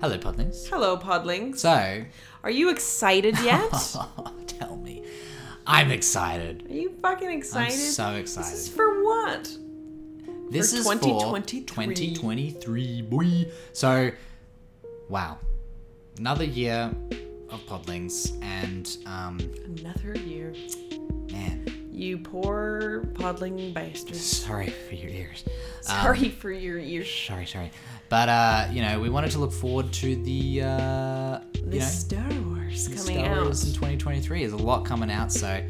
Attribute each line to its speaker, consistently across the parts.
Speaker 1: Hello, Podlings.
Speaker 2: Hello, Podlings.
Speaker 1: So,
Speaker 2: Are you excited yet?
Speaker 1: tell me. I'm excited.
Speaker 2: Are you fucking excited?
Speaker 1: I'm so
Speaker 2: This is
Speaker 1: excited.
Speaker 2: for what?
Speaker 1: This
Speaker 2: for
Speaker 1: is
Speaker 2: 2023.
Speaker 1: 2023, boy. So, wow. Another year of Podlings, and, um,
Speaker 2: Another year.
Speaker 1: man,
Speaker 2: You poor Podling bastard.
Speaker 1: sorry for your ears.
Speaker 2: Sorry for your ear.
Speaker 1: Sorry, sorry. But, uh, you know, we wanted to look forward to the, uh,
Speaker 2: The
Speaker 1: you know,
Speaker 2: Star Wars coming
Speaker 1: Star Wars in
Speaker 2: out.
Speaker 1: 2023. There's a lot coming out, so,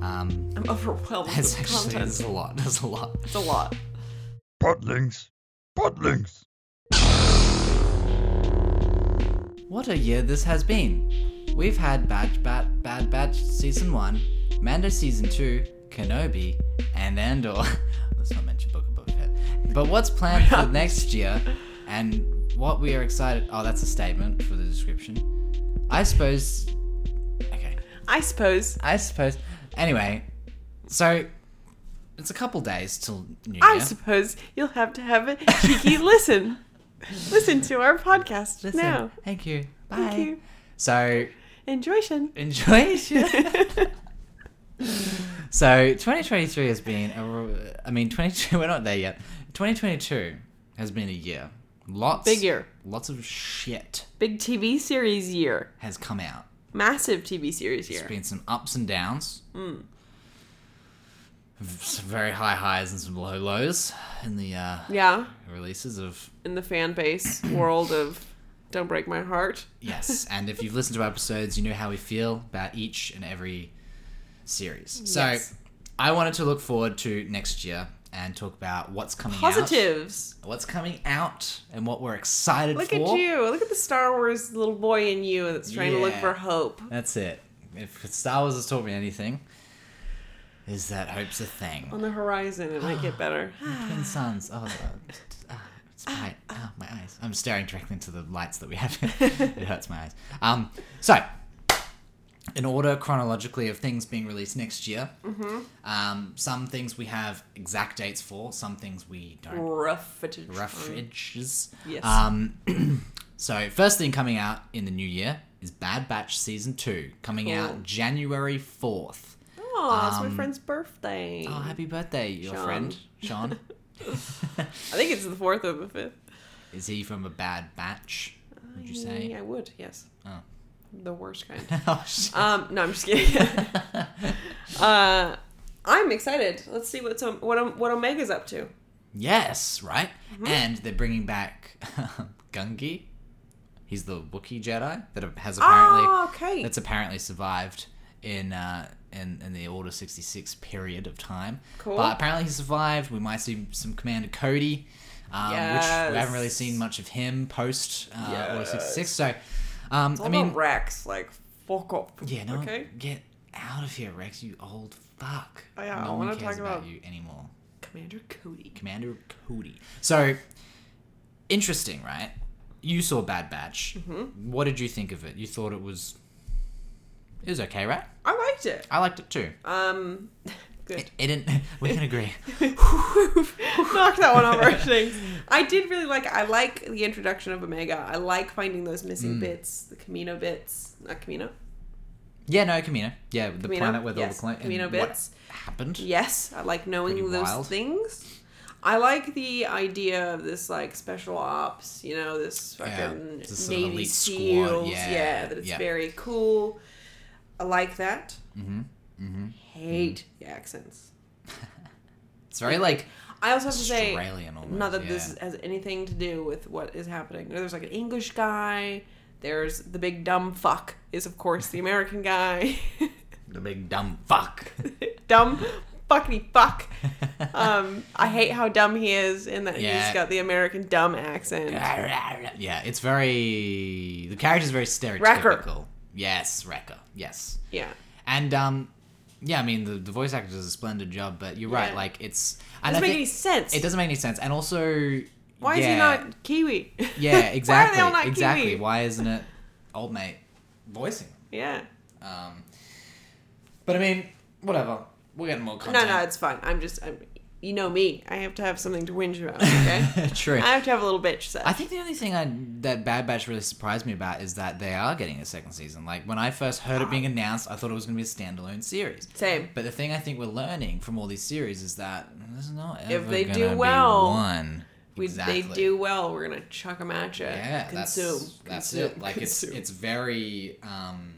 Speaker 1: um,
Speaker 2: I'm overwhelmed
Speaker 1: That's
Speaker 2: with
Speaker 1: actually
Speaker 2: content.
Speaker 1: that's a lot. That's a lot.
Speaker 2: It's a lot.
Speaker 3: Podlings. Podlings.
Speaker 1: What a year this has been. We've had Bad Bat Bad Batch season one, Mando season two, Kenobi, and Andor. Let's not mention Book of Boba Fett. But what's planned for next year, and what we are excited? Oh, that's a statement for the description. I suppose. Okay.
Speaker 2: I suppose.
Speaker 1: I suppose. Anyway, so it's a couple days till New Year.
Speaker 2: I suppose you'll have to have a cheeky listen. Listen to our podcast
Speaker 1: Listen,
Speaker 2: now.
Speaker 1: Thank you. Bye.
Speaker 2: Thank you.
Speaker 1: So
Speaker 2: Enjoy, Shin.
Speaker 1: enjoy. so 2023 has been a r- I mean 22 we're not there yet 2022 has been a year lots
Speaker 2: Big year.
Speaker 1: lots of shit
Speaker 2: Big TV series year.
Speaker 1: has come out
Speaker 2: Massive TV series
Speaker 1: There's
Speaker 2: year.
Speaker 1: been some ups and downs
Speaker 2: Mm.
Speaker 1: V- some very high highs and some low lows in the uh,
Speaker 2: Yeah.
Speaker 1: releases of
Speaker 2: in the fan base world of Don't Break My Heart.
Speaker 1: yes and if you've listened to our episodes you know how we feel about each and every series so
Speaker 2: Mm, Yes.
Speaker 1: I wanted to look forward to next year and talk about what's coming out
Speaker 2: Positives.
Speaker 1: what's coming out and what we're excited
Speaker 2: Look
Speaker 1: for.
Speaker 2: at you. Look at the Star Wars little boy in you that's trying to look
Speaker 1: Yeah.
Speaker 2: for hope.
Speaker 1: That's it. If Star Wars has taught me anything, is that hope's a thing.
Speaker 2: On the horizon, it might get better.
Speaker 1: Twin suns. Oh, uh, uh, it's bright. Oh, my eyes. I'm staring directly into the lights that we have. it hurts my eyes. Um, so, in order chronologically of things being released next year, um, some things we have exact dates for, some things we don't.
Speaker 2: Rough footage.
Speaker 1: rough edges.
Speaker 2: Yes.
Speaker 1: Um, so first thing coming out in the new year is Bad Batch season two, coming
Speaker 2: Cool.
Speaker 1: out January fourth.
Speaker 2: Oh, it's
Speaker 1: Um,
Speaker 2: my friend's birthday.
Speaker 1: Oh, happy birthday, your
Speaker 2: Sean.
Speaker 1: friend Sean.
Speaker 2: I think it's the fourth or the fifth.
Speaker 1: is he from a bad batch? Would you say?
Speaker 2: Yeah, I would, yes.
Speaker 1: Oh.
Speaker 2: The worst kind.
Speaker 1: oh shit.
Speaker 2: Um, no, I'm just kidding. uh, I'm excited. Let's see what's um, what um, what Omega's up to.
Speaker 1: Yes, right.
Speaker 2: Mm-hmm.
Speaker 1: And they're bringing back um, Gungi. He's the Wookiee Jedi that has apparently
Speaker 2: Ah, okay.
Speaker 1: that's apparently survived in uh, in in the Order sixty six period of time.
Speaker 2: Cool.
Speaker 1: But apparently he survived. We might see some Commander Cody, um, which we haven't really
Speaker 2: Yes.
Speaker 1: seen much of him post uh, Order
Speaker 2: Yes.
Speaker 1: sixty six. So, um,
Speaker 2: It's all
Speaker 1: I mean,
Speaker 2: about Rex, like fuck off.
Speaker 1: yeah, no,
Speaker 2: Okay.
Speaker 1: get out of here, Rex. You old fuck.
Speaker 2: Oh, yeah, I
Speaker 1: no one
Speaker 2: wanna
Speaker 1: cares
Speaker 2: talk about-
Speaker 1: you anymore.
Speaker 2: Commander Cody.
Speaker 1: Commander Cody. So interesting, right? You saw Bad Batch.
Speaker 2: Mm-hmm.
Speaker 1: What did you think of it? You thought it was it was okay, right?
Speaker 2: I liked it.
Speaker 1: I liked it too.
Speaker 2: Um, good.
Speaker 1: It didn't. We can agree.
Speaker 2: Knock that one off our things. I did really like. I like the introduction of Omega. I like finding those missing
Speaker 1: Mm.
Speaker 2: bits, the Camino bits, not Camino.
Speaker 1: Yeah, no, Camino. Yeah, the
Speaker 2: Camino?
Speaker 1: planet with
Speaker 2: Yes,
Speaker 1: all the cl-
Speaker 2: Camino
Speaker 1: and what
Speaker 2: bits.
Speaker 1: happened.
Speaker 2: Yes, I like knowing
Speaker 1: Pretty
Speaker 2: those
Speaker 1: wild.
Speaker 2: things. I like the idea of this like special ops. You know, this
Speaker 1: Yeah,
Speaker 2: fucking
Speaker 1: it's a sort of
Speaker 2: Navy
Speaker 1: elite squad,
Speaker 2: SEALs.
Speaker 1: yeah,
Speaker 2: Yeah, that it's
Speaker 1: yeah.
Speaker 2: very cool. I like that. Mm-hmm. Mm-hmm. Hate the accents.
Speaker 1: It's very like
Speaker 2: I also have to say,
Speaker 1: Australian almost.
Speaker 2: Not that
Speaker 1: yeah.
Speaker 2: this has anything to do with what is happening. There's like an English guy. There's the big dumb fuck is of course the American guy.
Speaker 1: the big dumb fuck.
Speaker 2: dumb fuckity fuck. Um, I hate how dumb he is and that
Speaker 1: Yeah.
Speaker 2: he's got the American dumb accent.
Speaker 1: yeah, it's very the character's very stereotypical. Yes, Wrecker. Yes.
Speaker 2: Yeah.
Speaker 1: And um, yeah, I mean the, the voice actor does a splendid job, but you're right.
Speaker 2: Yeah.
Speaker 1: Like it's and
Speaker 2: Doesn't
Speaker 1: I
Speaker 2: make
Speaker 1: think-
Speaker 2: any sense.
Speaker 1: It doesn't make any sense, and also
Speaker 2: Why is
Speaker 1: yeah,
Speaker 2: he not Kiwi?
Speaker 1: Yeah, exactly.
Speaker 2: Why are they all not
Speaker 1: exactly.
Speaker 2: Kiwi?
Speaker 1: Why isn't it old mate voicing?
Speaker 2: Yeah.
Speaker 1: Um, but I mean, whatever. We're getting more
Speaker 2: No,
Speaker 1: content.
Speaker 2: no, it's fine. I'm just I'm you know me. I have to have something to whinge about. Okay.
Speaker 1: True.
Speaker 2: I have to have a little bitch set.
Speaker 1: I think the only thing I, that Bad Batch really surprised me about is that they are getting a second season. Like when I first heard it being announced, I thought it was going to be a standalone series.
Speaker 2: Ah. Same.
Speaker 1: But the thing I think we're learning from all these series is that there's not ever
Speaker 2: If they
Speaker 1: gonna
Speaker 2: do
Speaker 1: be
Speaker 2: well,
Speaker 1: one.
Speaker 2: We,
Speaker 1: exactly.
Speaker 2: They do well. We're gonna chuck them at you.
Speaker 1: Yeah,
Speaker 2: Consume.
Speaker 1: that's that's
Speaker 2: Consume.
Speaker 1: it. Like it's
Speaker 2: Consume.
Speaker 1: it's very. Um,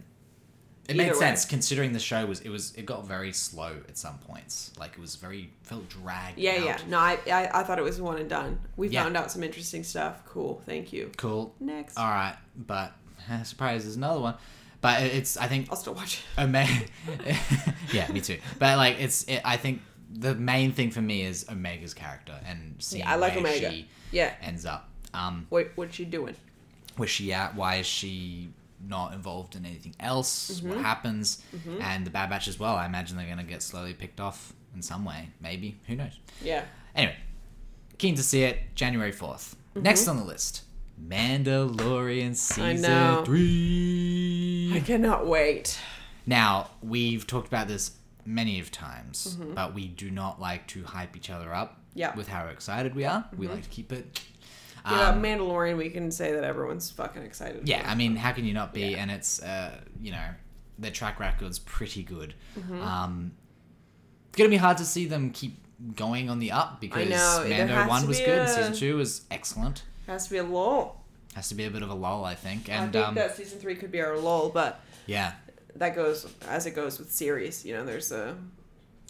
Speaker 1: it
Speaker 2: Either
Speaker 1: made
Speaker 2: way.
Speaker 1: sense considering the show was it was it got very slow at some points. Like it was very felt dragged.
Speaker 2: Yeah,
Speaker 1: out.
Speaker 2: yeah. No, I, I I thought it was one and done. We
Speaker 1: Yeah.
Speaker 2: found out some interesting stuff. Cool. Thank you.
Speaker 1: Cool.
Speaker 2: Next.
Speaker 1: All right, but surprise, there's another one. But it- it's I think
Speaker 2: I'll still watch it.
Speaker 1: a main yeah me too but like it's it, i think the main thing for me is omega's character and seeing
Speaker 2: I like
Speaker 1: where
Speaker 2: Omega.
Speaker 1: she
Speaker 2: Yeah.
Speaker 1: ends up um
Speaker 2: What what's she doing?
Speaker 1: where's she at why is she not involved in anything else what
Speaker 2: Mm-hmm.
Speaker 1: happens and the bad batch as well i imagine they're gonna get slowly picked off in some way maybe who knows
Speaker 2: Yeah.
Speaker 1: anyway keen to see it january 4th
Speaker 2: Mm-hmm.
Speaker 1: next on the list mandalorian season
Speaker 2: know.
Speaker 1: 3
Speaker 2: I cannot wait.
Speaker 1: now, we've talked about this many of times, but we do not like to hype each other up
Speaker 2: Yeah.
Speaker 1: with how excited we are. We like to keep it.
Speaker 2: Yeah,
Speaker 1: Um,
Speaker 2: Mandalorian. We can say that everyone's fucking excited.
Speaker 1: yeah, I mean, how can you not be? And it's, uh, you know, their track record's pretty good.
Speaker 2: Mm-hmm.
Speaker 1: Um, it's going to be hard to see them keep going on the up because
Speaker 2: know, there
Speaker 1: Mando
Speaker 2: has
Speaker 1: 1
Speaker 2: to
Speaker 1: was
Speaker 2: be
Speaker 1: good,
Speaker 2: a-
Speaker 1: Season 2 was excellent.
Speaker 2: Has to be a lull.
Speaker 1: Has to be a bit of a lull, I think. And
Speaker 2: I think
Speaker 1: um,
Speaker 2: that season three could be our lull, but
Speaker 1: yeah,
Speaker 2: that goes as it goes with series. You know, there's a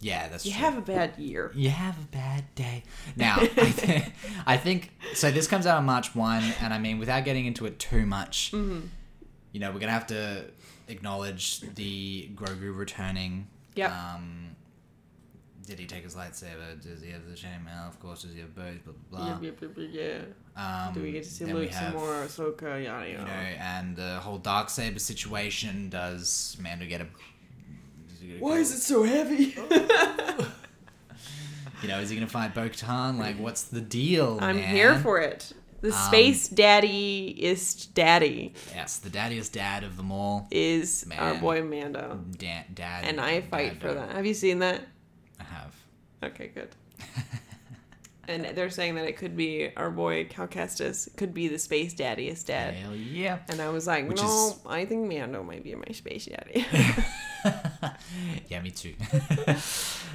Speaker 1: yeah, that's
Speaker 2: you
Speaker 1: true.
Speaker 2: have a bad year.
Speaker 1: You have a bad day. Now, I, thi- I think so. This comes out on March one, and I mean, without getting into it too much,
Speaker 2: Mm-hmm.
Speaker 1: you know, we're gonna have to acknowledge the Grogu returning.
Speaker 2: Yep.
Speaker 1: Um, did he take his lightsaber? Does he have the chainmail? Of course. Does he have both? Blah blah. blah.
Speaker 2: Yeah, yeah, yeah, yeah.
Speaker 1: Um,
Speaker 2: Do we get to see
Speaker 1: then we
Speaker 2: Luke some
Speaker 1: have,
Speaker 2: more? Ahsoka, yada
Speaker 1: You know,
Speaker 2: yada.
Speaker 1: and the whole dark saber situation. Does Mando get a? does he get a
Speaker 2: Why is it so heavy?
Speaker 1: You know, is he gonna fight Bo-Katan? Like, what's the deal?
Speaker 2: Mm-hmm. I'm
Speaker 1: man?
Speaker 2: here for it. The
Speaker 1: Um,
Speaker 2: space daddy is daddy
Speaker 1: Yes, the daddiest dad of them all.
Speaker 2: is our
Speaker 1: Man.
Speaker 2: boy Mando,
Speaker 1: Da- dad.
Speaker 2: and I fight
Speaker 1: dad-
Speaker 2: for that. Have you seen that?
Speaker 1: I have.
Speaker 2: Okay, good. and they're saying that it could be our boy Cal Kestis could be the space daddy is dad.
Speaker 1: Hell yeah.
Speaker 2: And I was like,
Speaker 1: Which
Speaker 2: no,
Speaker 1: is-
Speaker 2: I think Mando might be my space daddy.
Speaker 1: yeah, me too.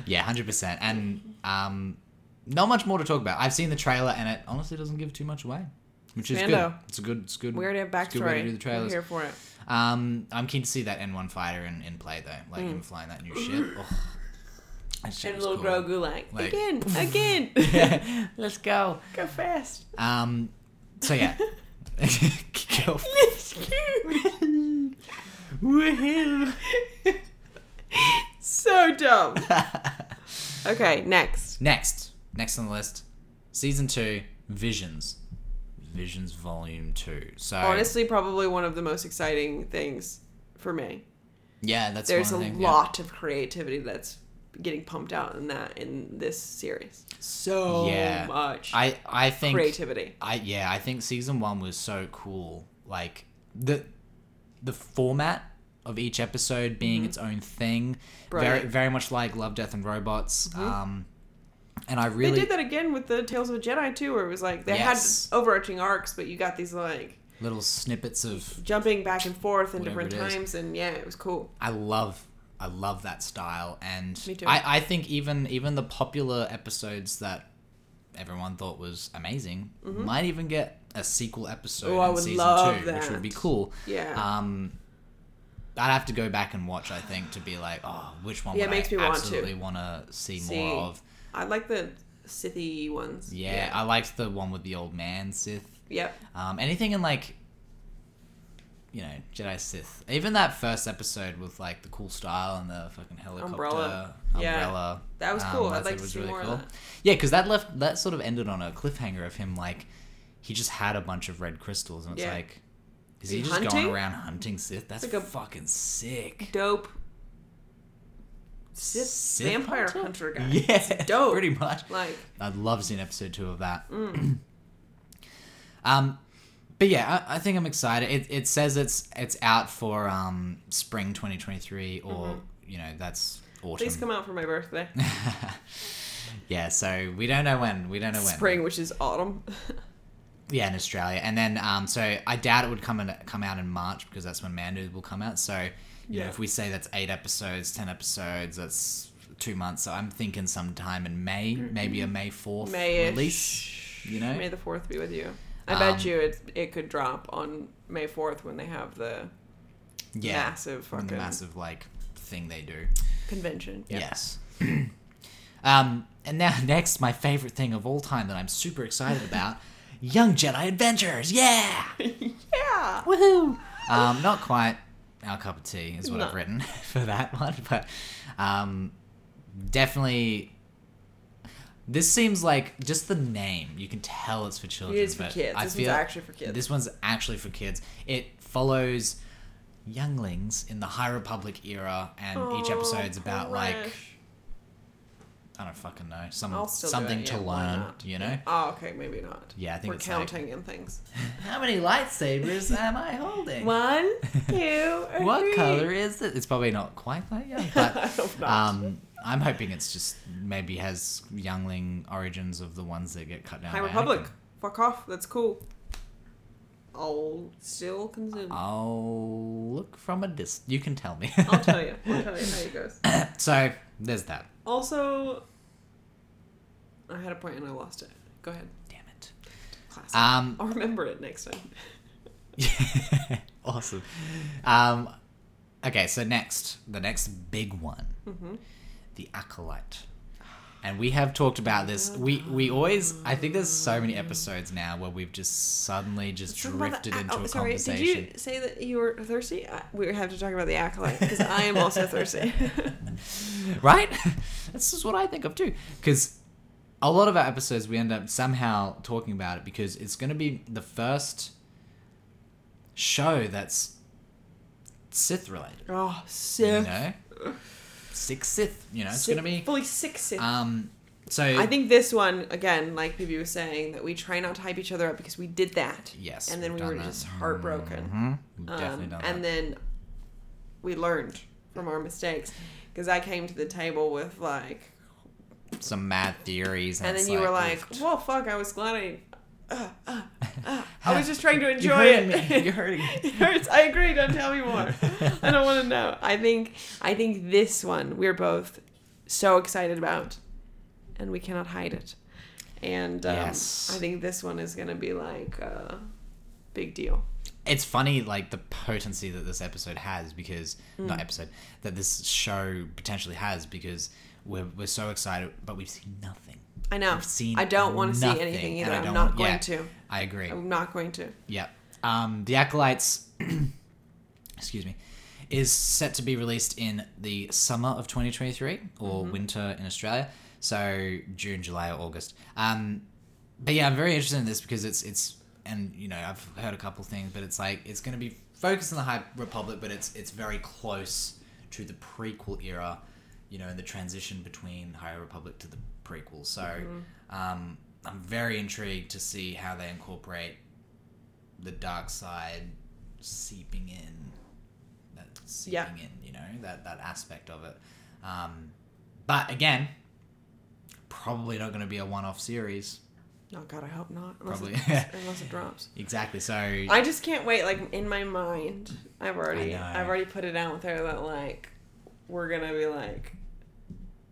Speaker 1: yeah, 100%. And um, not much more to talk about. I've seen the trailer and it honestly doesn't give too much away. Which is good.
Speaker 2: Mando.
Speaker 1: It's a good, it's good.
Speaker 2: we already have
Speaker 1: it's a good way to
Speaker 2: backstory.
Speaker 1: do the
Speaker 2: We're
Speaker 1: trailers.
Speaker 2: here for it.
Speaker 1: Um, I'm keen to see that N1 fighter in, in play though, like him flying that new ship. Oh, that shit
Speaker 2: Mm. And
Speaker 1: was
Speaker 2: little
Speaker 1: cool.
Speaker 2: Grogu like,
Speaker 1: Like-
Speaker 2: again, again,
Speaker 1: Yeah, let's go.
Speaker 2: go fast.
Speaker 1: Um, so yeah, Go
Speaker 2: Woohoo! so dumb. Okay, next.
Speaker 1: Next, next on the list, season two, Visions, Visions Volume Two. So
Speaker 2: Honestly, probably one of the most exciting things for me.
Speaker 1: yeah, that's
Speaker 2: There's a
Speaker 1: one thing, yeah.
Speaker 2: lot of creativity that's getting pumped out in that in this series. So
Speaker 1: Yeah.
Speaker 2: much
Speaker 1: I I think
Speaker 2: creativity.
Speaker 1: I yeah, I think season one was so cool. Like the the format of each episode being
Speaker 2: Mm-hmm.
Speaker 1: its own thing,
Speaker 2: Brilliant.
Speaker 1: very very much like Love, Death, and Robots. Um, and I really
Speaker 2: Mm-hmm. They did that again with the Tales of Jedi too, where it was like they
Speaker 1: Yes.
Speaker 2: had overarching arcs, but you got these like
Speaker 1: little snippets of
Speaker 2: jumping back and forth in
Speaker 1: Whatever
Speaker 2: different
Speaker 1: it is.
Speaker 2: times, and yeah, it was cool.
Speaker 1: I love I love that style and
Speaker 2: Me too.
Speaker 1: I, I think even even the popular episodes that everyone thought was amazing might even get a sequel episode
Speaker 2: Oh, Mm-hmm. I
Speaker 1: in
Speaker 2: would
Speaker 1: season
Speaker 2: love
Speaker 1: two, which would be
Speaker 2: that.
Speaker 1: cool.
Speaker 2: Yeah.
Speaker 1: Um I'd have to go back and watch, I think, to be like, oh, which one
Speaker 2: Yeah,
Speaker 1: would
Speaker 2: it makes
Speaker 1: I
Speaker 2: me want to.
Speaker 1: absolutely want to see,
Speaker 2: See.
Speaker 1: more of?
Speaker 2: I like the Sithy ones.
Speaker 1: Yeah, I liked the one with the old man Sith.
Speaker 2: Yep.
Speaker 1: Um, anything in like, you know, Jedi Sith. Even that first episode with like the cool style and the fucking helicopter
Speaker 2: Umbrella.
Speaker 1: umbrella. Um,
Speaker 2: Yeah. That was cool.
Speaker 1: I
Speaker 2: I'd
Speaker 1: thought
Speaker 2: like to see more of that.
Speaker 1: Yeah, because that left that sort of ended on a cliffhanger of him like, he just had a bunch of red crystals and it's
Speaker 2: Yeah.
Speaker 1: like, is
Speaker 2: Is
Speaker 1: he
Speaker 2: he
Speaker 1: just
Speaker 2: hunting?
Speaker 1: going around hunting Sith? That's
Speaker 2: Like a-
Speaker 1: fucking sick.
Speaker 2: Dope. Sith,
Speaker 1: Sith
Speaker 2: vampire hunter,
Speaker 1: hunter?
Speaker 2: guy.
Speaker 1: Yeah,
Speaker 2: dope.
Speaker 1: Pretty much.
Speaker 2: Like
Speaker 1: I'd love seeing episode two of that.
Speaker 2: Mm.
Speaker 1: um, but yeah, I, I think I'm excited. It, it says it's it's out for um spring
Speaker 2: Mm-hmm.
Speaker 1: 2023, or you know that's autumn.
Speaker 2: please come out for my birthday.
Speaker 1: Yeah, so we don't know when. We don't know when.
Speaker 2: Spring, which is autumn.
Speaker 1: Yeah, in Australia, and then um, so I doubt it would come in, come out in March because that's when Mando will come out. So, you know,
Speaker 2: Yeah.
Speaker 1: if we say that's eight episodes, ten episodes, that's two months. So I'm thinking sometime in May, maybe a May fourth
Speaker 2: May
Speaker 1: release. You know,
Speaker 2: Mm-hmm. May the fourth be with you. I bet
Speaker 1: Um,
Speaker 2: you it it could drop on May fourth when they have the
Speaker 1: yeah,
Speaker 2: massive
Speaker 1: from
Speaker 2: fucking
Speaker 1: the massive like thing they do.
Speaker 2: convention.
Speaker 1: Yes. um, and now next, my favorite thing of all time that I'm super excited about: Young Jedi Adventures. Yeah.
Speaker 2: Yeah.
Speaker 1: Woohoo! Um, not quite our cup of tea is what I've
Speaker 2: No.
Speaker 1: written for that one, but um, definitely. This seems like just the name. You can tell it's for children.
Speaker 2: is for
Speaker 1: but
Speaker 2: kids.
Speaker 1: I
Speaker 2: This one's
Speaker 1: feel
Speaker 2: actually for kids.
Speaker 1: This one's actually for kids. It follows younglings in the High Republic era, and
Speaker 2: Oh,
Speaker 1: each episode's about like
Speaker 2: Crash.
Speaker 1: I don't fucking know some
Speaker 2: I'll still do it,
Speaker 1: something to
Speaker 2: yeah, why
Speaker 1: learn.
Speaker 2: not?
Speaker 1: You know
Speaker 2: Oh, okay, maybe not.
Speaker 1: Yeah, I think
Speaker 2: we're
Speaker 1: it's like-
Speaker 2: counting in things.
Speaker 1: how many lightsabers am I holding?
Speaker 2: One, two, or
Speaker 1: what
Speaker 2: three.
Speaker 1: color is it? It's probably not quite that young,
Speaker 2: I
Speaker 1: but
Speaker 2: hope not.
Speaker 1: um, I'm hoping it's just maybe has youngling origins of the ones that get cut down.
Speaker 2: High
Speaker 1: by
Speaker 2: Republic.
Speaker 1: Anakin.
Speaker 2: Fuck off. That's cool. I'll still consume.
Speaker 1: Uh, I'll look from a distance. You can tell me.
Speaker 2: I'll tell you. I'll tell you how it goes.
Speaker 1: so there's that.
Speaker 2: Also, I had a point and I lost it. Go ahead.
Speaker 1: Damn it.
Speaker 2: Classic.
Speaker 1: Um,
Speaker 2: I'll remember it next time.
Speaker 1: awesome. Um, okay, so next, the next big one,
Speaker 2: Mm-hmm.
Speaker 1: the acolyte. And we have talked about this. We we always I think there's so many episodes now where we've just suddenly just
Speaker 2: Talk about
Speaker 1: drifted
Speaker 2: the-
Speaker 1: into
Speaker 2: oh,
Speaker 1: a
Speaker 2: sorry,
Speaker 1: conversation.
Speaker 2: Did you say that you were thirsty? I, we have to talk about the acolyte because I am also thirsty.
Speaker 1: right? That's just what I think of too. Because a lot of our episodes, we end up somehow talking about it because it's going to be the first show that's Sith related.
Speaker 2: oh, sick.
Speaker 1: You know, six Sith. You know, it's going to be.
Speaker 2: fully sick. sick.
Speaker 1: Um, so
Speaker 2: I think this one again, like Phoebe was saying, that we try not to hype each other up because we did that.
Speaker 1: Yes,
Speaker 2: and then
Speaker 1: we've
Speaker 2: we were
Speaker 1: done that.
Speaker 2: just heartbroken.
Speaker 1: Mhm, we've definitely
Speaker 2: Um,
Speaker 1: done
Speaker 2: and
Speaker 1: that.
Speaker 2: then we learned from our mistakes because I came to the table with like,
Speaker 1: Some mad theories, and,
Speaker 2: and
Speaker 1: it's
Speaker 2: then you were like,
Speaker 1: oof,
Speaker 2: "Well, fuck! I was glad I." Uh, uh, uh, I was just trying to enjoy
Speaker 1: You're hurting
Speaker 2: it.
Speaker 1: me. You're hurting me.
Speaker 2: It hurts. I agree. Don't tell me more. I don't want to know. I think I think this one we're both so excited about, and we cannot hide it. And um,
Speaker 1: Yes.
Speaker 2: I think this one is gonna be like a big deal.
Speaker 1: it's funny like the potency that this episode has because
Speaker 2: Hmm.
Speaker 1: not episode that this show potentially has because we're, we're so excited but we've seen nothing
Speaker 2: I know.
Speaker 1: I've seen
Speaker 2: I don't want to see
Speaker 1: nothing,
Speaker 2: anything
Speaker 1: and
Speaker 2: either.
Speaker 1: I
Speaker 2: I'm
Speaker 1: don't
Speaker 2: not
Speaker 1: want-
Speaker 2: going
Speaker 1: yeah.
Speaker 2: to.
Speaker 1: i agree
Speaker 2: I'm not going to.
Speaker 1: yeah um the acolytes excuse me is set to be released in the summer of 2023 or winter in australia so june july or august um but yeah, I'm very interested in this because it's it's and you know I've heard a couple things, but it's like it's going to be focused on the High Republic, but it's it's very close to the prequel era, you know, and the transition between High Republic to the prequel. So um, I'm very intrigued to see how they incorporate the dark side seeping in, that seeping
Speaker 2: Yeah.
Speaker 1: in, you know, that that aspect of it. Um, but again, probably not going to be a one-off series.
Speaker 2: Oh God, I hope not. Unless
Speaker 1: Probably.
Speaker 2: It, unless it drops.
Speaker 1: Exactly. So
Speaker 2: I just can't wait. Like in my mind, I've already,
Speaker 1: know.
Speaker 2: I've already put it out there that like we're gonna be like,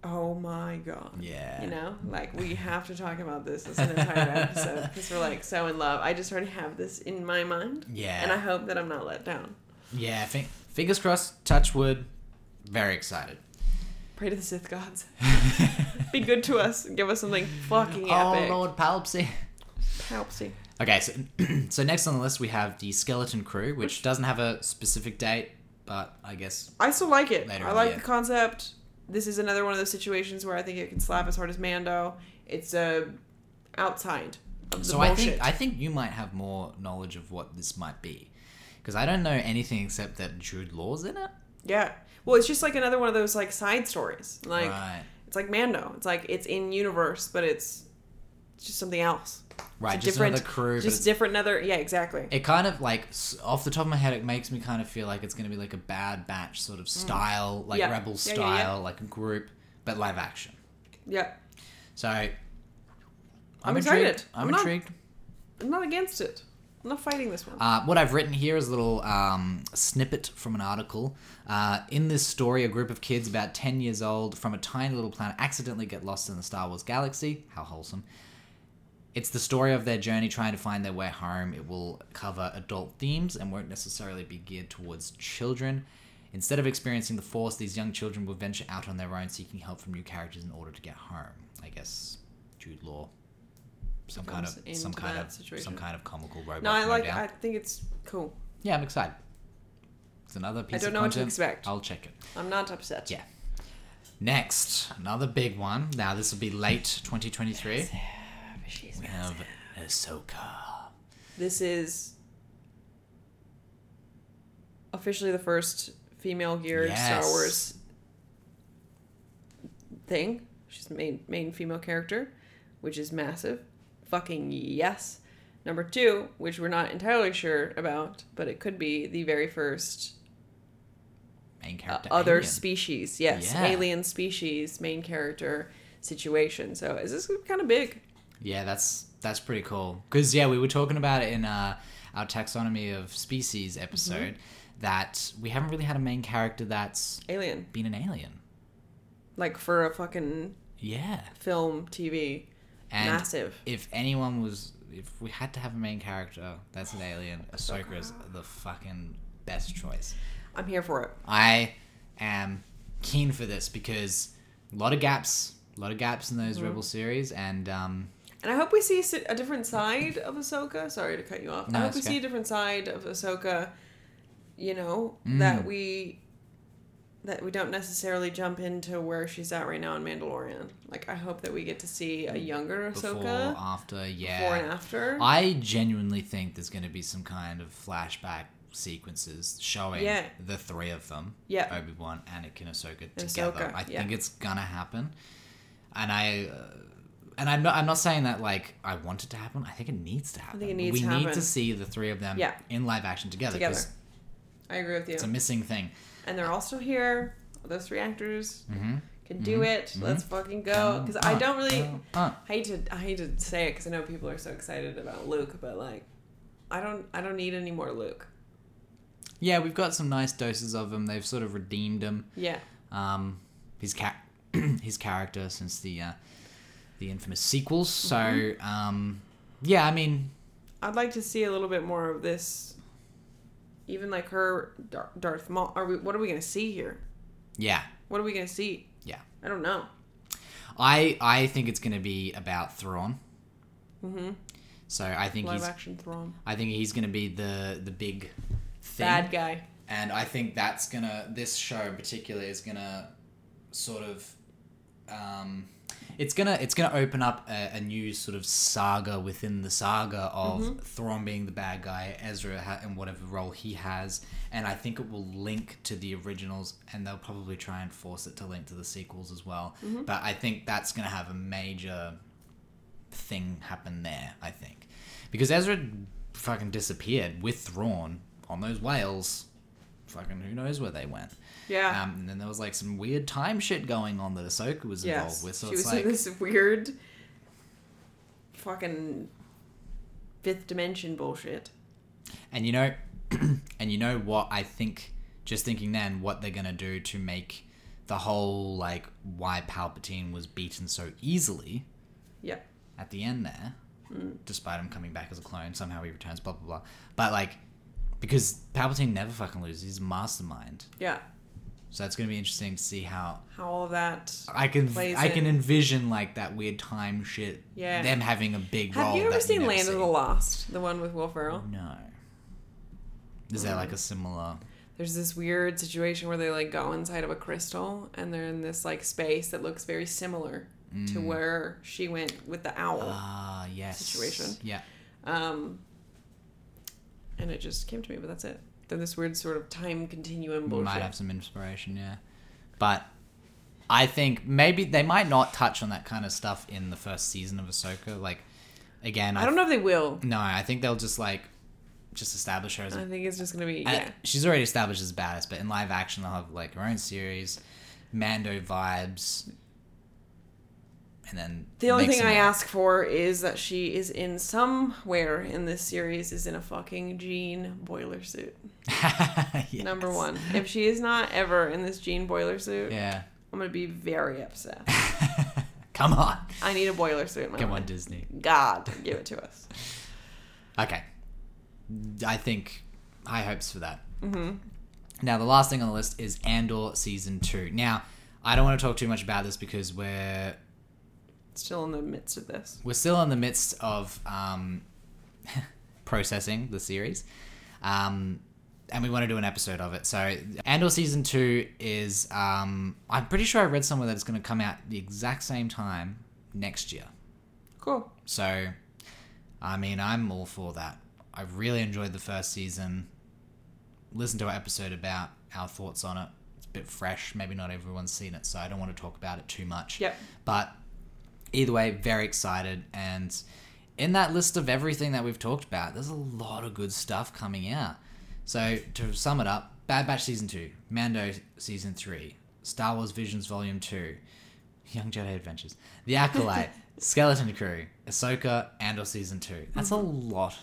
Speaker 2: oh my god,
Speaker 1: yeah,
Speaker 2: you know, like we have to talk about this as an entire episode because we're like so in love. I just already have this in my mind,
Speaker 1: yeah,
Speaker 2: and I hope that I'm not let down.
Speaker 1: yeah. Fi- fingers crossed. Touch wood. Very excited.
Speaker 2: Pray to the Sith gods, be good to us, and give us something fucking
Speaker 1: oh
Speaker 2: epic.
Speaker 1: Lord Palpsy.
Speaker 2: Palpsy.
Speaker 1: Okay, so so next on the list we have the Skeleton Crew, which doesn't have a specific date, but I guess
Speaker 2: I still like it.
Speaker 1: Later
Speaker 2: I
Speaker 1: in
Speaker 2: like
Speaker 1: the year.
Speaker 2: the concept. This is another one of those situations where I think it can slap as hard as Mando. It's uh, outside of the
Speaker 1: So I
Speaker 2: bullshit.
Speaker 1: think I think you might have more knowledge of what this might be, because I don't know anything except that Jude Law's in it.
Speaker 2: yeah. Well, it's just like another one of those like side stories. Like
Speaker 1: right,
Speaker 2: it's like Mando. It's like it's in universe, but it's, it's just something else.
Speaker 1: right,
Speaker 2: It's
Speaker 1: just
Speaker 2: different,
Speaker 1: another crew. but
Speaker 2: Just
Speaker 1: it's-
Speaker 2: different. Another. Yeah. Exactly.
Speaker 1: it kind of like s- off the top of my head, it makes me kind of feel like it's going to be like a bad batch sort of style, like
Speaker 2: Mm. Yeah.
Speaker 1: rebel
Speaker 2: Yeah, yeah,
Speaker 1: style,
Speaker 2: yeah.
Speaker 1: like a group, but live action.
Speaker 2: Yeah.
Speaker 1: So I'm,
Speaker 2: I'm
Speaker 1: intrigued.
Speaker 2: excited.
Speaker 1: I'm,
Speaker 2: I'm not-
Speaker 1: intrigued.
Speaker 2: I'm not against it. I'm not fighting this one.
Speaker 1: Uh, what I've written here is a little um, snippet from an article. Uh, in this story, a group of kids about 10 years old from a tiny little planet accidentally get lost in the Star Wars galaxy. How wholesome. It's the story of their journey trying to find their way home. It will cover adult themes and won't necessarily be geared towards children. Instead of experiencing the Force, these young children will venture out on their own seeking help from new characters in order to get home. I guess Jude Law. Some kind
Speaker 2: Comes
Speaker 1: of some
Speaker 2: into
Speaker 1: kind
Speaker 2: that
Speaker 1: of some
Speaker 2: situation.
Speaker 1: kind of comical robot.
Speaker 2: no, I like.
Speaker 1: doubt.
Speaker 2: I think it's cool.
Speaker 1: Yeah, I'm excited. It's another piece
Speaker 2: don't
Speaker 1: of
Speaker 2: know what to
Speaker 1: content.
Speaker 2: expect.
Speaker 1: I'll check it.
Speaker 2: I'm not upset.
Speaker 1: Yeah. Next, another big one. Now this will be late 2023.
Speaker 2: She's
Speaker 1: We have Ahsoka.
Speaker 2: This is officially the first female geared
Speaker 1: Yes.
Speaker 2: Star Wars thing. She's the main main female character, which is massive. Fucking yes. Number two, which we're not entirely sure about, but it could be the very first
Speaker 1: Main
Speaker 2: uh,
Speaker 1: character.
Speaker 2: other
Speaker 1: alien.
Speaker 2: species. Yes,
Speaker 1: Yeah.
Speaker 2: alien species main character situation. So is this kind of big?
Speaker 1: Yeah, that's that's pretty cool. Because yeah, we were talking about it in uh, our taxonomy of
Speaker 2: Mm-hmm.
Speaker 1: species episode that we haven't really had a main character that's
Speaker 2: Alien,
Speaker 1: been an alien.
Speaker 2: like for a fucking
Speaker 1: Yeah,
Speaker 2: film, TV,
Speaker 1: and
Speaker 2: massive.
Speaker 1: if anyone was if we had to have a main character that's an alien ahsoka is the fucking best choice
Speaker 2: I'm here for it.
Speaker 1: i am keen for this because a lot of gaps a lot of gaps in
Speaker 2: Mm-hmm.
Speaker 1: those rebel series and um
Speaker 2: And I hope we see si- a different side of Ahsoka. Sorry to cut you off.
Speaker 1: No,
Speaker 2: I hope
Speaker 1: it's
Speaker 2: we
Speaker 1: okay.
Speaker 2: see a different side of Ahsoka. You know
Speaker 1: Mm.
Speaker 2: that we that we don't necessarily jump into where she's at right now in Mandalorian. Like I hope that we get to see a younger
Speaker 1: before
Speaker 2: Ahsoka
Speaker 1: after yeah
Speaker 2: before and after.
Speaker 1: i genuinely think there's going to be some kind of flashback sequences showing
Speaker 2: Yeah.
Speaker 1: the three of them
Speaker 2: Yeah.
Speaker 1: obi-wan anakin ahsoka
Speaker 2: And
Speaker 1: together
Speaker 2: Ahsoka,
Speaker 1: i
Speaker 2: yeah.
Speaker 1: think it's gonna happen and i uh, and I'm not, I'm not saying that like I want it to happen. I think it needs to happen.
Speaker 2: it needs
Speaker 1: we
Speaker 2: to
Speaker 1: need to
Speaker 2: happen.
Speaker 1: see the three of them
Speaker 2: Yeah.
Speaker 1: in live action together
Speaker 2: Together.
Speaker 1: 'cause
Speaker 2: I agree with you.
Speaker 1: it's a missing thing.
Speaker 2: and they're also here. Those three actors
Speaker 1: Mhm.
Speaker 2: can do it. Let's
Speaker 1: Mm-hmm.
Speaker 2: fucking go. Because I
Speaker 1: Uh,
Speaker 2: don't really.
Speaker 1: uh, uh.
Speaker 2: I hate to I hate to say it because I know people are so excited about Luke, but like, I don't I don't need any more Luke.
Speaker 1: Yeah, we've got some nice doses of him. They've sort of redeemed him.
Speaker 2: Yeah,
Speaker 1: um, his cat his character since the uh, the infamous sequels. So um, yeah, I mean,
Speaker 2: I'd like to see a little bit more of this. Even like her Dar- Darth Maul. Are we? What are we gonna see here?
Speaker 1: yeah,
Speaker 2: What are we gonna see?
Speaker 1: yeah.
Speaker 2: I don't know.
Speaker 1: I I think it's gonna be about Thrawn. Mm-hmm. So I think
Speaker 2: Live
Speaker 1: he's
Speaker 2: action Thrawn.
Speaker 1: I think he's gonna be the the big thing,
Speaker 2: Bad guy.
Speaker 1: and I think that's gonna this show in particular is gonna sort of. Um, it's gonna it's gonna open up a, a new sort of saga within the saga of Thrawn being the bad guy, Ezra ha- and whatever role he has, and I think it will link to the originals, and they'll probably try and force it to link to the sequels as well. But I think that's gonna have a major thing happen there. I think because Ezra fucking disappeared with Thrawn on those whales. Fucking who knows where they went.
Speaker 2: Yeah.
Speaker 1: Um, and then there was like some weird time shit going on that Ahsoka was involved
Speaker 2: yes.
Speaker 1: with. So
Speaker 2: she
Speaker 1: it's
Speaker 2: was
Speaker 1: like,
Speaker 2: in this weird, fucking fifth dimension bullshit.
Speaker 1: and you know, and you know what? I think just thinking then what they're gonna do to make the whole like why Palpatine was beaten so easily
Speaker 2: Yeah.
Speaker 1: at the end there,
Speaker 2: Hmm.
Speaker 1: despite him coming back as a clone, somehow he returns. Blah blah blah. But like, because Palpatine never fucking loses. He's a mastermind.
Speaker 2: Yeah.
Speaker 1: So it's gonna be interesting to see how
Speaker 2: How all that.
Speaker 1: I can
Speaker 2: Plays
Speaker 1: I can
Speaker 2: in.
Speaker 1: envision like that weird time shit.
Speaker 2: Yeah.
Speaker 1: Them having a big role.
Speaker 2: Have you ever
Speaker 1: that
Speaker 2: seen
Speaker 1: never
Speaker 2: Land
Speaker 1: see.
Speaker 2: of the Lost, the one with Will Ferrell?
Speaker 1: No. Is there
Speaker 2: Mm.
Speaker 1: like a similar?
Speaker 2: There's this weird situation where they like go inside of a crystal and they're in this like space that looks very similar to where she went with the owl.
Speaker 1: Mm. Ah, yes.
Speaker 2: Situation.
Speaker 1: Yeah.
Speaker 2: Um, and it just came to me, but that's it. Then this weird sort of time continuum
Speaker 1: We
Speaker 2: bullshit.
Speaker 1: might have some inspiration, yeah. But I think maybe they might not touch on that kind of stuff in the first season of Ahsoka. Like, again, I,
Speaker 2: I don't know if they will.
Speaker 1: No, I think they'll just like just establish her as a
Speaker 2: I think it's just gonna be
Speaker 1: Mm. I-
Speaker 2: yeah.
Speaker 1: she's already established as badass, but in live action, they'll have like her own series, Mando vibes. and then
Speaker 2: The only
Speaker 1: mix
Speaker 2: thing
Speaker 1: them
Speaker 2: I
Speaker 1: up.
Speaker 2: ask for is that she is in somewhere in this series is in a fucking jean boiler suit.
Speaker 1: Yes.
Speaker 2: Number one. If she is not ever in this jean boiler suit,
Speaker 1: Yeah.
Speaker 2: I'm gonna be very upset.
Speaker 1: Come on.
Speaker 2: I need a boiler suit. in My
Speaker 1: Come
Speaker 2: life.
Speaker 1: on, Disney.
Speaker 2: God, give it to us.
Speaker 1: Okay. I think high hopes for that. Mm-hmm. Now, the last thing on the list is Andor Season 2. Now, I don't want to talk too much about this because we're
Speaker 2: Still in the midst of this.
Speaker 1: we're still in the midst of um, processing the series, um, and we want to do an episode of it. So, Andor season two is. Um, I'm pretty sure I read somewhere that it's going to come out the exact same time next year.
Speaker 2: Cool.
Speaker 1: So, I mean, I'm all for that. I really enjoyed the first season. Listen to our episode about our thoughts on it. It's a bit fresh. Maybe not everyone's seen it, so I don't want to talk about it too much.
Speaker 2: Yep.
Speaker 1: But either way, very excited. And in that list of everything that we've talked about, there's a lot of good stuff coming out. So to sum it up, Bad Batch Season 2, Mando Season 3, Star Wars Visions Volume 2, Young Jedi Adventures, The Acolyte, Skeleton Crew, Ahsoka, Andor Season 2. That's a
Speaker 2: Mm-hmm.
Speaker 1: lot.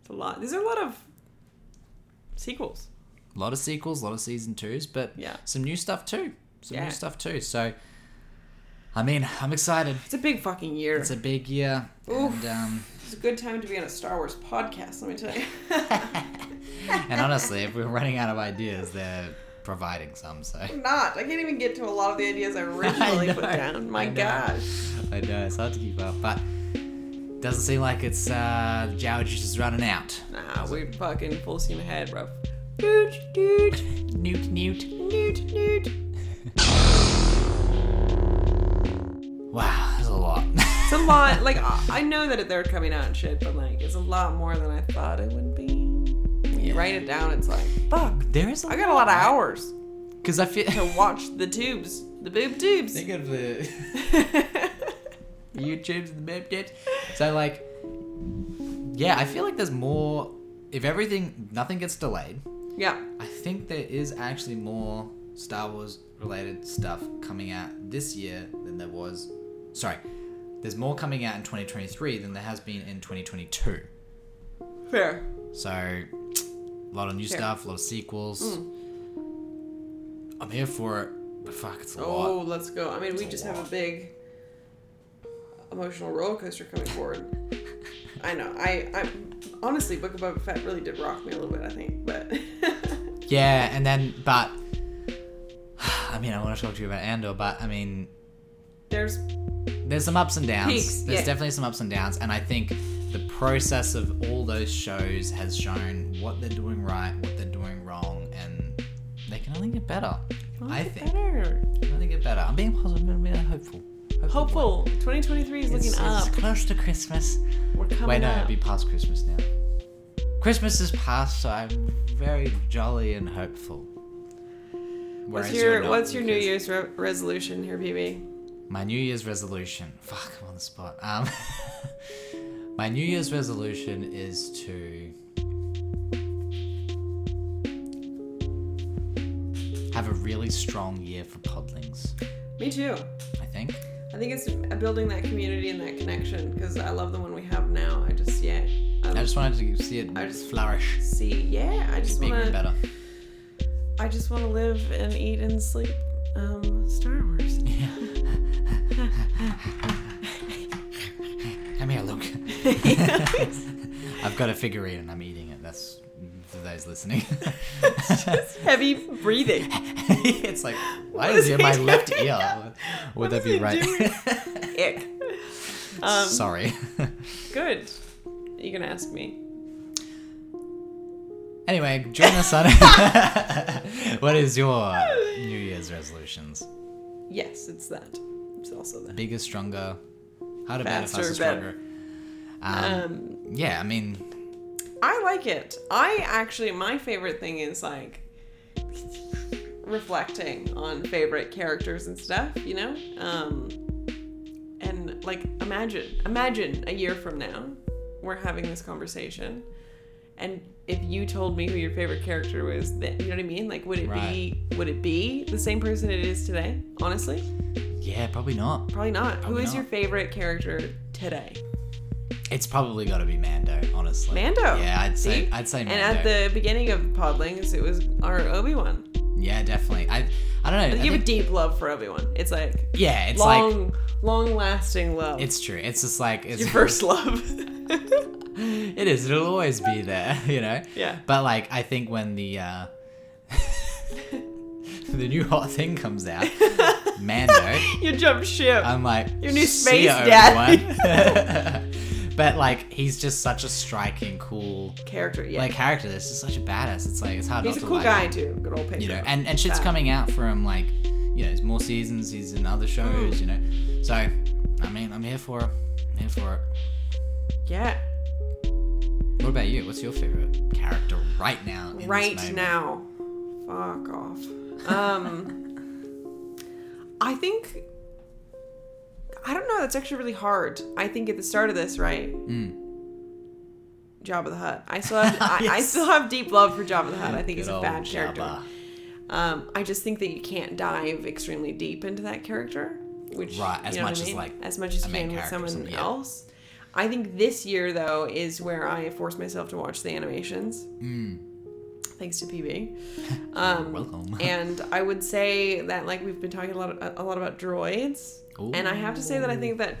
Speaker 2: It's a lot. These are a lot of sequels.
Speaker 1: A lot of sequels, a lot of Season 2s, but
Speaker 2: Yeah.
Speaker 1: some new stuff too. Some
Speaker 2: Yeah.
Speaker 1: new stuff too. So, I mean, I'm excited.
Speaker 2: It's a big fucking year.
Speaker 1: It's a big year.
Speaker 2: Oof.
Speaker 1: And, um,
Speaker 2: It's a good time to be on a Star Wars podcast, let me tell you.
Speaker 1: And honestly, if we're running out of ideas, they're providing some. So
Speaker 2: I'm not. I can't even get to a lot of the ideas I originally
Speaker 1: I
Speaker 2: put
Speaker 1: know.
Speaker 2: down. My
Speaker 1: I know.
Speaker 2: gosh.
Speaker 1: I know it's hard to keep up, but doesn't seem like it's uh, the Jower juice is running out.
Speaker 2: Nah, we're fucking full steam ahead, bro. Dude, dude,
Speaker 1: Newt, newt.
Speaker 2: dude, dude.
Speaker 1: Wow, that's a lot.
Speaker 2: It's a lot. Like, I I know that they're coming out and shit, but like, it's a lot more than I thought it would be. When you write it down, it's like, fuck.
Speaker 1: there is.
Speaker 2: I got a lot of hours
Speaker 1: because I feel.
Speaker 2: to watch the tubes, the boob tubes.
Speaker 1: Think of the YouTube's the bip dips. So like, yeah, I feel like there's more. If everything, nothing gets delayed.
Speaker 2: yeah.
Speaker 1: I think there is actually more Star Wars related stuff coming out this year than there was. Sorry, there's more coming out in 2023 than there has been in 2022.
Speaker 2: Fair.
Speaker 1: So, a lot of new
Speaker 2: Fair.
Speaker 1: stuff, a lot of sequels. I'm here for it, but fuck, it's a
Speaker 2: Oh,
Speaker 1: lot.
Speaker 2: let's go. I mean, we
Speaker 1: a
Speaker 2: just have a
Speaker 1: lot.
Speaker 2: big emotional roller coaster coming forward. I know. I, I honestly, Book of Boba Fett really did rock me a little bit. I think, but
Speaker 1: Yeah, and then, but. I mean, I want to talk to you about Andor, but I mean,
Speaker 2: there's
Speaker 1: there's some ups and downs.
Speaker 2: Peaks,
Speaker 1: there's
Speaker 2: yeah.
Speaker 1: definitely some ups and downs, and I think the process of all those shows has shown what they're doing right, what they're doing wrong, and they can only get better. I
Speaker 2: Look at
Speaker 1: think
Speaker 2: better.
Speaker 1: they can only get better. I'm being positive. I'm being hopeful. Hopeful.
Speaker 2: hopeful. 2023 is looking
Speaker 1: It's, it's
Speaker 2: up.
Speaker 1: close to Christmas.
Speaker 2: We're coming
Speaker 1: Wait, no,
Speaker 2: up.
Speaker 1: it'd be past Christmas now. Christmas is past, so I'm very jolly and hopeful.
Speaker 2: what's
Speaker 1: Whereas
Speaker 2: your
Speaker 1: you're not,
Speaker 2: What's your New
Speaker 1: because-
Speaker 2: Year's re- resolution here, BB?
Speaker 1: my New Year's resolution. Fuck, I'm on the spot. Um, my New Year's resolution is to have a really strong year for podlings.
Speaker 2: Me too.
Speaker 1: I think.
Speaker 2: I think it's building that community and that connection because I love the one we have now. I just yeah. I,
Speaker 1: I just wanted to see it
Speaker 2: I just-
Speaker 1: flourish,
Speaker 2: see yeah. I just
Speaker 1: bigger
Speaker 2: want
Speaker 1: and
Speaker 2: to.
Speaker 1: better.
Speaker 2: I just want to live and eat and sleep um, Star Wars.
Speaker 1: Come here, Luke. I've got a figurine and I'm eating it. That's for those listening.
Speaker 2: Heavy breathing.
Speaker 1: it's like, why
Speaker 2: What
Speaker 1: is
Speaker 2: is
Speaker 1: it
Speaker 2: he
Speaker 1: my
Speaker 2: doing?
Speaker 1: left ear? Would
Speaker 2: What
Speaker 1: that
Speaker 2: is
Speaker 1: be
Speaker 2: he
Speaker 1: right?
Speaker 2: doing? Ick. Um,
Speaker 1: Sorry.
Speaker 2: Good. You're gonna ask me.
Speaker 1: Anyway, join us on. what is your New Year's resolutions?
Speaker 2: Yes, it's that. It's also that.
Speaker 1: Bigger, stronger, harder, better,
Speaker 2: Faster,
Speaker 1: faster,
Speaker 2: better.
Speaker 1: stronger. Um,
Speaker 2: Um,
Speaker 1: yeah, I mean,
Speaker 2: I like it. I actually, my favorite thing is like reflecting on favorite characters and stuff. You know, um, and like imagine, imagine a year from now, we're having this conversation, And if you told me who your favorite character was, then you know what I mean? Like, would it be would it be the same person it is today? Honestly,
Speaker 1: Yeah, probably not.
Speaker 2: probably not.
Speaker 1: Probably
Speaker 2: who is
Speaker 1: not.
Speaker 2: your favorite character today?
Speaker 1: It's probably got to be Mando, honestly.
Speaker 2: Mando.
Speaker 1: Yeah, I'd say
Speaker 2: See?
Speaker 1: I'd say Mando.
Speaker 2: And at the beginning of Podlings, it was our Obi Wan.
Speaker 1: yeah, definitely. I I don't know.
Speaker 2: You
Speaker 1: I
Speaker 2: have a
Speaker 1: think-
Speaker 2: deep love for Obi Wan. It's like
Speaker 1: yeah, it's like
Speaker 2: long, long lasting love.
Speaker 1: it's true. It's just like it's
Speaker 2: your first love.
Speaker 1: it is. It'll always be there, you know.
Speaker 2: Yeah.
Speaker 1: But like, I think when the uh, the new hot thing comes out, Mando,
Speaker 2: you jump ship.
Speaker 1: I'm like
Speaker 2: Your new
Speaker 1: "See ya,
Speaker 2: space dad."
Speaker 1: everyone." but like, he's just such a striking, cool
Speaker 2: character, yeah.
Speaker 1: like character. That's just such a badass. It's like it's hard
Speaker 2: He's
Speaker 1: not
Speaker 2: a
Speaker 1: to
Speaker 2: cool
Speaker 1: like
Speaker 2: guy
Speaker 1: him,
Speaker 2: too. Good old Pedro.
Speaker 1: you know. And and shit's
Speaker 2: Yeah.
Speaker 1: coming out from like, you know, there's more seasons. He's in other
Speaker 2: Mm.
Speaker 1: shows, you know. So, I mean, I'm here for it. I'm here for it.
Speaker 2: yeah.
Speaker 1: What about you? What's your favorite character right now? in this
Speaker 2: right
Speaker 1: moment?
Speaker 2: now. Fuck off. Um, I think. I don't know. That's actually really hard. I think at the start of this, right?
Speaker 1: Mm.
Speaker 2: Jabba the Hutt. I still have. I, I
Speaker 1: Yes.
Speaker 2: still have deep love for Jabba the Hutt. I think
Speaker 1: Good
Speaker 2: he's a
Speaker 1: old
Speaker 2: bad character.
Speaker 1: Jabba.
Speaker 2: Um, I just think that you can't dive extremely deep into that character, which
Speaker 1: Right, as
Speaker 2: you know what
Speaker 1: much
Speaker 2: I
Speaker 1: as,
Speaker 2: mean?
Speaker 1: like,
Speaker 2: as much as
Speaker 1: a
Speaker 2: you
Speaker 1: main
Speaker 2: can with
Speaker 1: character or
Speaker 2: someone
Speaker 1: something, yeah.
Speaker 2: else. I think this year though is where I forced myself to watch the animations,
Speaker 1: Mm.
Speaker 2: thanks to PB. Um,
Speaker 1: Welcome.
Speaker 2: and I would say that like we've been talking a lot a lot about droids, and I have to say that I think that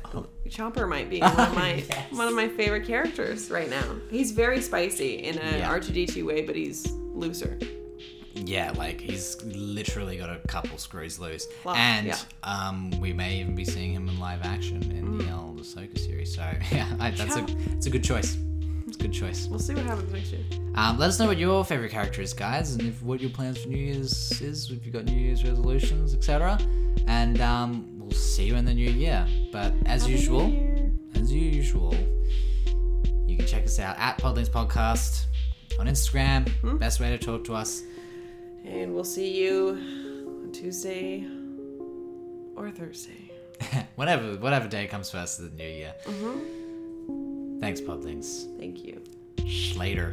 Speaker 2: Chopper might be one of my
Speaker 1: Yes.
Speaker 2: one of my favorite characters right now. He's very spicy in a
Speaker 1: Yeah.
Speaker 2: 2 d 2 way, but he's looser.
Speaker 1: yeah, like he's literally got a couple screws loose,
Speaker 2: Well,
Speaker 1: and
Speaker 2: yeah.
Speaker 1: um, we may even be seeing him in live action in the old Ahsoka series. So yeah, I, that's
Speaker 2: Yeah.
Speaker 1: a it's a good choice. It's a good choice.
Speaker 2: We'll see what happens next year.
Speaker 1: Um, let us know what your favorite character is, guys, and if what your plans for New Year's is, if you've got New Year's resolutions, etc. And um, we'll see you in the new year. But as usual. as usual, you can check us out at Podlinks Podcast on Instagram. Best way to talk to us.
Speaker 2: And we'll see you on Tuesday or Thursday.
Speaker 1: whatever whatever day comes first of the new year. Thanks, Podlinks.
Speaker 2: Thank you
Speaker 1: Later.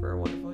Speaker 2: for a wonderful